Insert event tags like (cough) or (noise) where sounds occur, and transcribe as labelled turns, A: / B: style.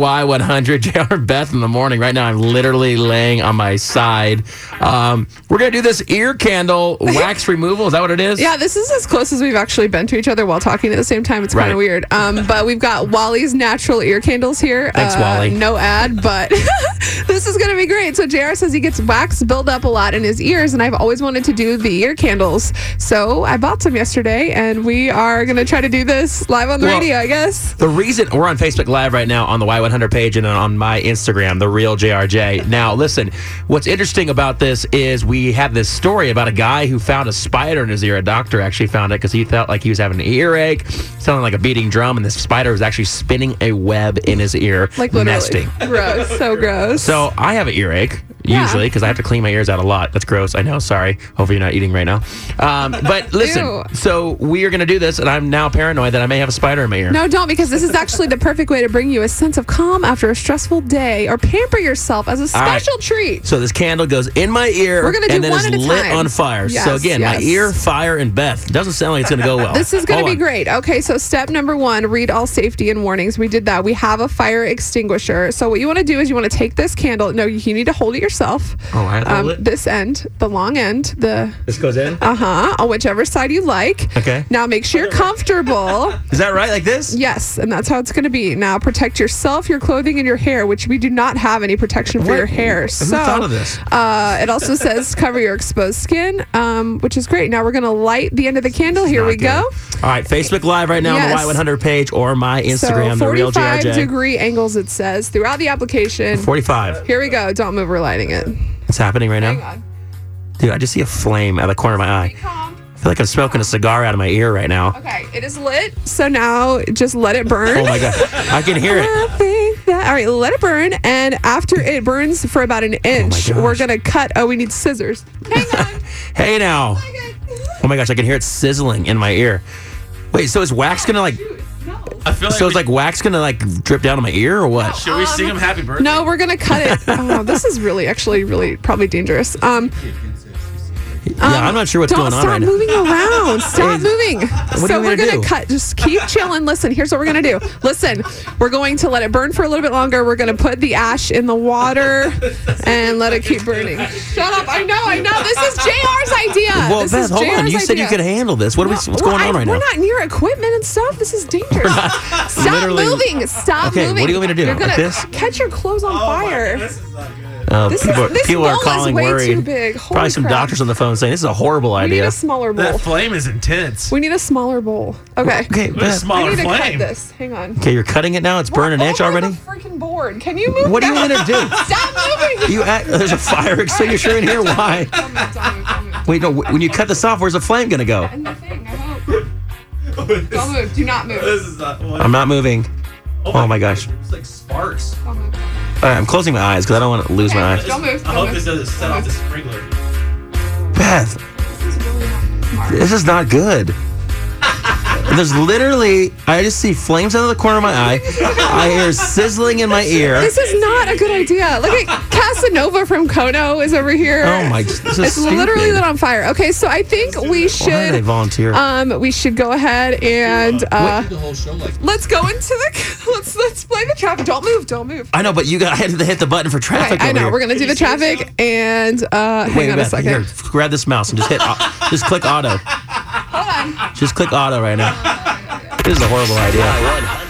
A: Y100, (laughs) JR Beth in the morning. Right now, I'm literally laying on my side. Um, we're going to do this ear
B: (laughs)
A: candle wax removal. Is that what it is?
B: Yeah, this is as close as we've actually been to each other while talking at the same time. It's kind
A: Right.
B: of weird. Um, but we've got Wally's natural ear candles here. Uh,
A: Thanks, Wally.
B: No ad, but (laughs) this is going to be great. So JR says he gets wax build up a lot in his ears, and I've always wanted to do the ear candles. So I bought some yesterday, and we are going to try to do this live on the
A: Well-
B: radio, I guess.
A: The reason we're on Facebook Live right now on the Y100 page and on my Instagram, the real JRJ. Now, listen, what's interesting about this is we have this story about a guy who found a spider in his ear. A doctor actually found it because he felt like he was having an earache, sounding like a beating drum, and this spider was actually spinning a web in his ear,
B: Like literally.
A: nesting.
B: Gross. So gross.
A: So I have an earache
B: Yeah.
A: usually because I have to clean my ears out a lot. That's gross. I know. Sorry. Hopefully you're not eating right now. Um,
B: (laughs)
A: but listen.
B: Ew.
A: So we are going to do this, and I'm now paranoid that I may have a spider in my ear.
B: No, don't, because this is actually the perfect way to bring you a sense of calm after a stressful day or pamper yourself as a
A: All right.
B: special treat.
A: So this candle goes in my ear.
B: We're gonna do
A: and then
B: one
A: is
B: at a
A: lit
B: time.
A: on fire. so
B: Yes,
A: again, my
B: yes.
A: ear, fire, and Beth doesn't sound like it's going to go well.
B: This is going to
A: Hold
B: be
A: on.
B: great. Okay, so step number one read all safety and warnings. We did that. We have a fire extinguisher. So, what you want to do is you want to take this candle. No, you need to hold it yourself. Um,
A: Oh, I hold it?
B: This end, the long end, the.
A: This goes in.
B: Uh huh. On whichever side you like.
A: Okay.
B: Now make sure you're comfortable.
A: Is that right? Like this?
B: yes, and that's how it's going to be. Now protect yourself, your clothing, and your hair, which we do not have any protection for
A: What?
B: your hair.
A: Who
B: so
A: thought of this?
B: Uh, it also says cover your exposed skin, um, which is great. Now we're going to light the end of the candle. Here
A: Not
B: we
A: good.
B: go.
A: All right, Facebook Live right now
B: Yes.
A: on the Y100 page or my Instagram,
B: so
A: the real
B: 45
A: JRJ.
B: degree angles, it says throughout the application.
A: 45.
B: Here we go. Don't move. We're lighting it.
A: It's happening right
B: Hang
A: now.
B: on.
A: Dude, I just see a flame out of the corner of my eye. I feel like I'm smoking a cigar out of my ear right
B: (laughs)
A: now.
B: Okay, it is lit. So now just let it burn.
A: Oh my god, I can hear it.
B: I think that- (laughs) all right, let it burn. And after it burns for about an inch,
A: Oh gosh.
B: we're going to cut. Oh, we need scissors. Hang on.
A: Hey now.
B: (laughs)
A: Oh my gosh, I can hear it sizzling in my ear. Wait, so is wax gonna like?
B: No.
C: I feel like
A: So
C: we,
A: it's like wax gonna like drip down to my ear or what?
B: Oh,
C: should we sing him happy birthday?
B: No, we're gonna cut
A: (laughs)
B: it. Oh, this is really, actually, really, probably dangerous. Um,
A: yeah, I'm not sure what's
B: don't
A: going on
B: stop
A: right now.
B: moving around.
A: (laughs)
B: Stop moving.
A: do you
B: So
A: want me to
B: we're gonna
A: do?
B: cut. Just keep chilling. Listen, here's what we're gonna do. Listen, we're going to let it burn for a little bit longer. We're gonna put the ash in the water and let it keep burning. Shut up. I know. I know. This is Jr's idea.
A: Well,
B: this
A: Beth,
B: is
A: hold
B: JR's
A: on. You said you
B: idea.
A: could handle this. What are we? What's
B: Well,
A: going
B: I-
A: on right
B: we're
A: now?
B: not near equipment and stuff. This is dangerous. Stop
A: literally-
B: moving. Stop
A: Okay, what
B: moving.
A: do you want me to do?
B: You're gonna
A: Like this?
B: catch your clothes
C: Oh,
B: on fire.
A: Uh,
B: this
A: people
B: is- this
A: people are
B: bowl is
A: calling
B: way too
A: worried.
B: big. Holy
A: Probably some
B: crap.
A: doctors on the phone saying this is a horrible
B: We need
A: idea.
B: a smaller bowl.
C: That flame is intense.
B: We need a smaller bowl. Okay.
A: Okay,
C: With a
A: Beth.
B: I
C: smaller
B: need to cut
C: flame.
B: this. Hang on.
A: Okay, you're cutting it now. It's burned an
B: We're
A: inch
B: over
A: already.
B: Oh, The freaking board. Can you move?
A: What do you want
B: that?
A: me to do?
B: Stop
A: (laughs)
B: moving.
A: You act, there's a fire (laughs) extinguisher in here. Why?
B: Don't move, don't move, don't move.
A: Wait, no. When you cut this off, where's the flame gonna go?
B: And the thing, I hope.
C: (laughs)
B: Don't move. Do not move.
C: This is not one.
A: I'm not moving. oh my gosh.
C: It's like sparks.
B: Don't move.
A: All right, I'm closing my eyes because I don't want to lose my eyes.
B: Don't move, don't
C: I hope
B: move.
C: this doesn't set off the sprinkler.
A: Beth,
B: This is really not smart.
A: this is not good. There's literally, I just see flames out of the corner of my eye. I hear sizzling in my ear.
B: This is not a good idea. Look at (laughs) Casanova from Kono is over here.
A: Oh my, this is
B: It's literally
A: stupid.
B: lit on fire. Okay, so I think we
A: Why do they
B: should
A: volunteer?
B: um we should go ahead and uh let's go into the (laughs) let's let's play the traffic. Don't move, don't move.
A: I know, but you got I had to hit the button for
B: Okay,
A: traffic.
B: I
A: over
B: know.
A: here.
B: We're gonna do the traffic and uh hang
A: Wait,
B: on
A: Beth,
B: a second.
A: Here, grab this mouse and just hit. au- just click auto.
B: Hold on.
A: Just click auto right now. This is a horrible idea.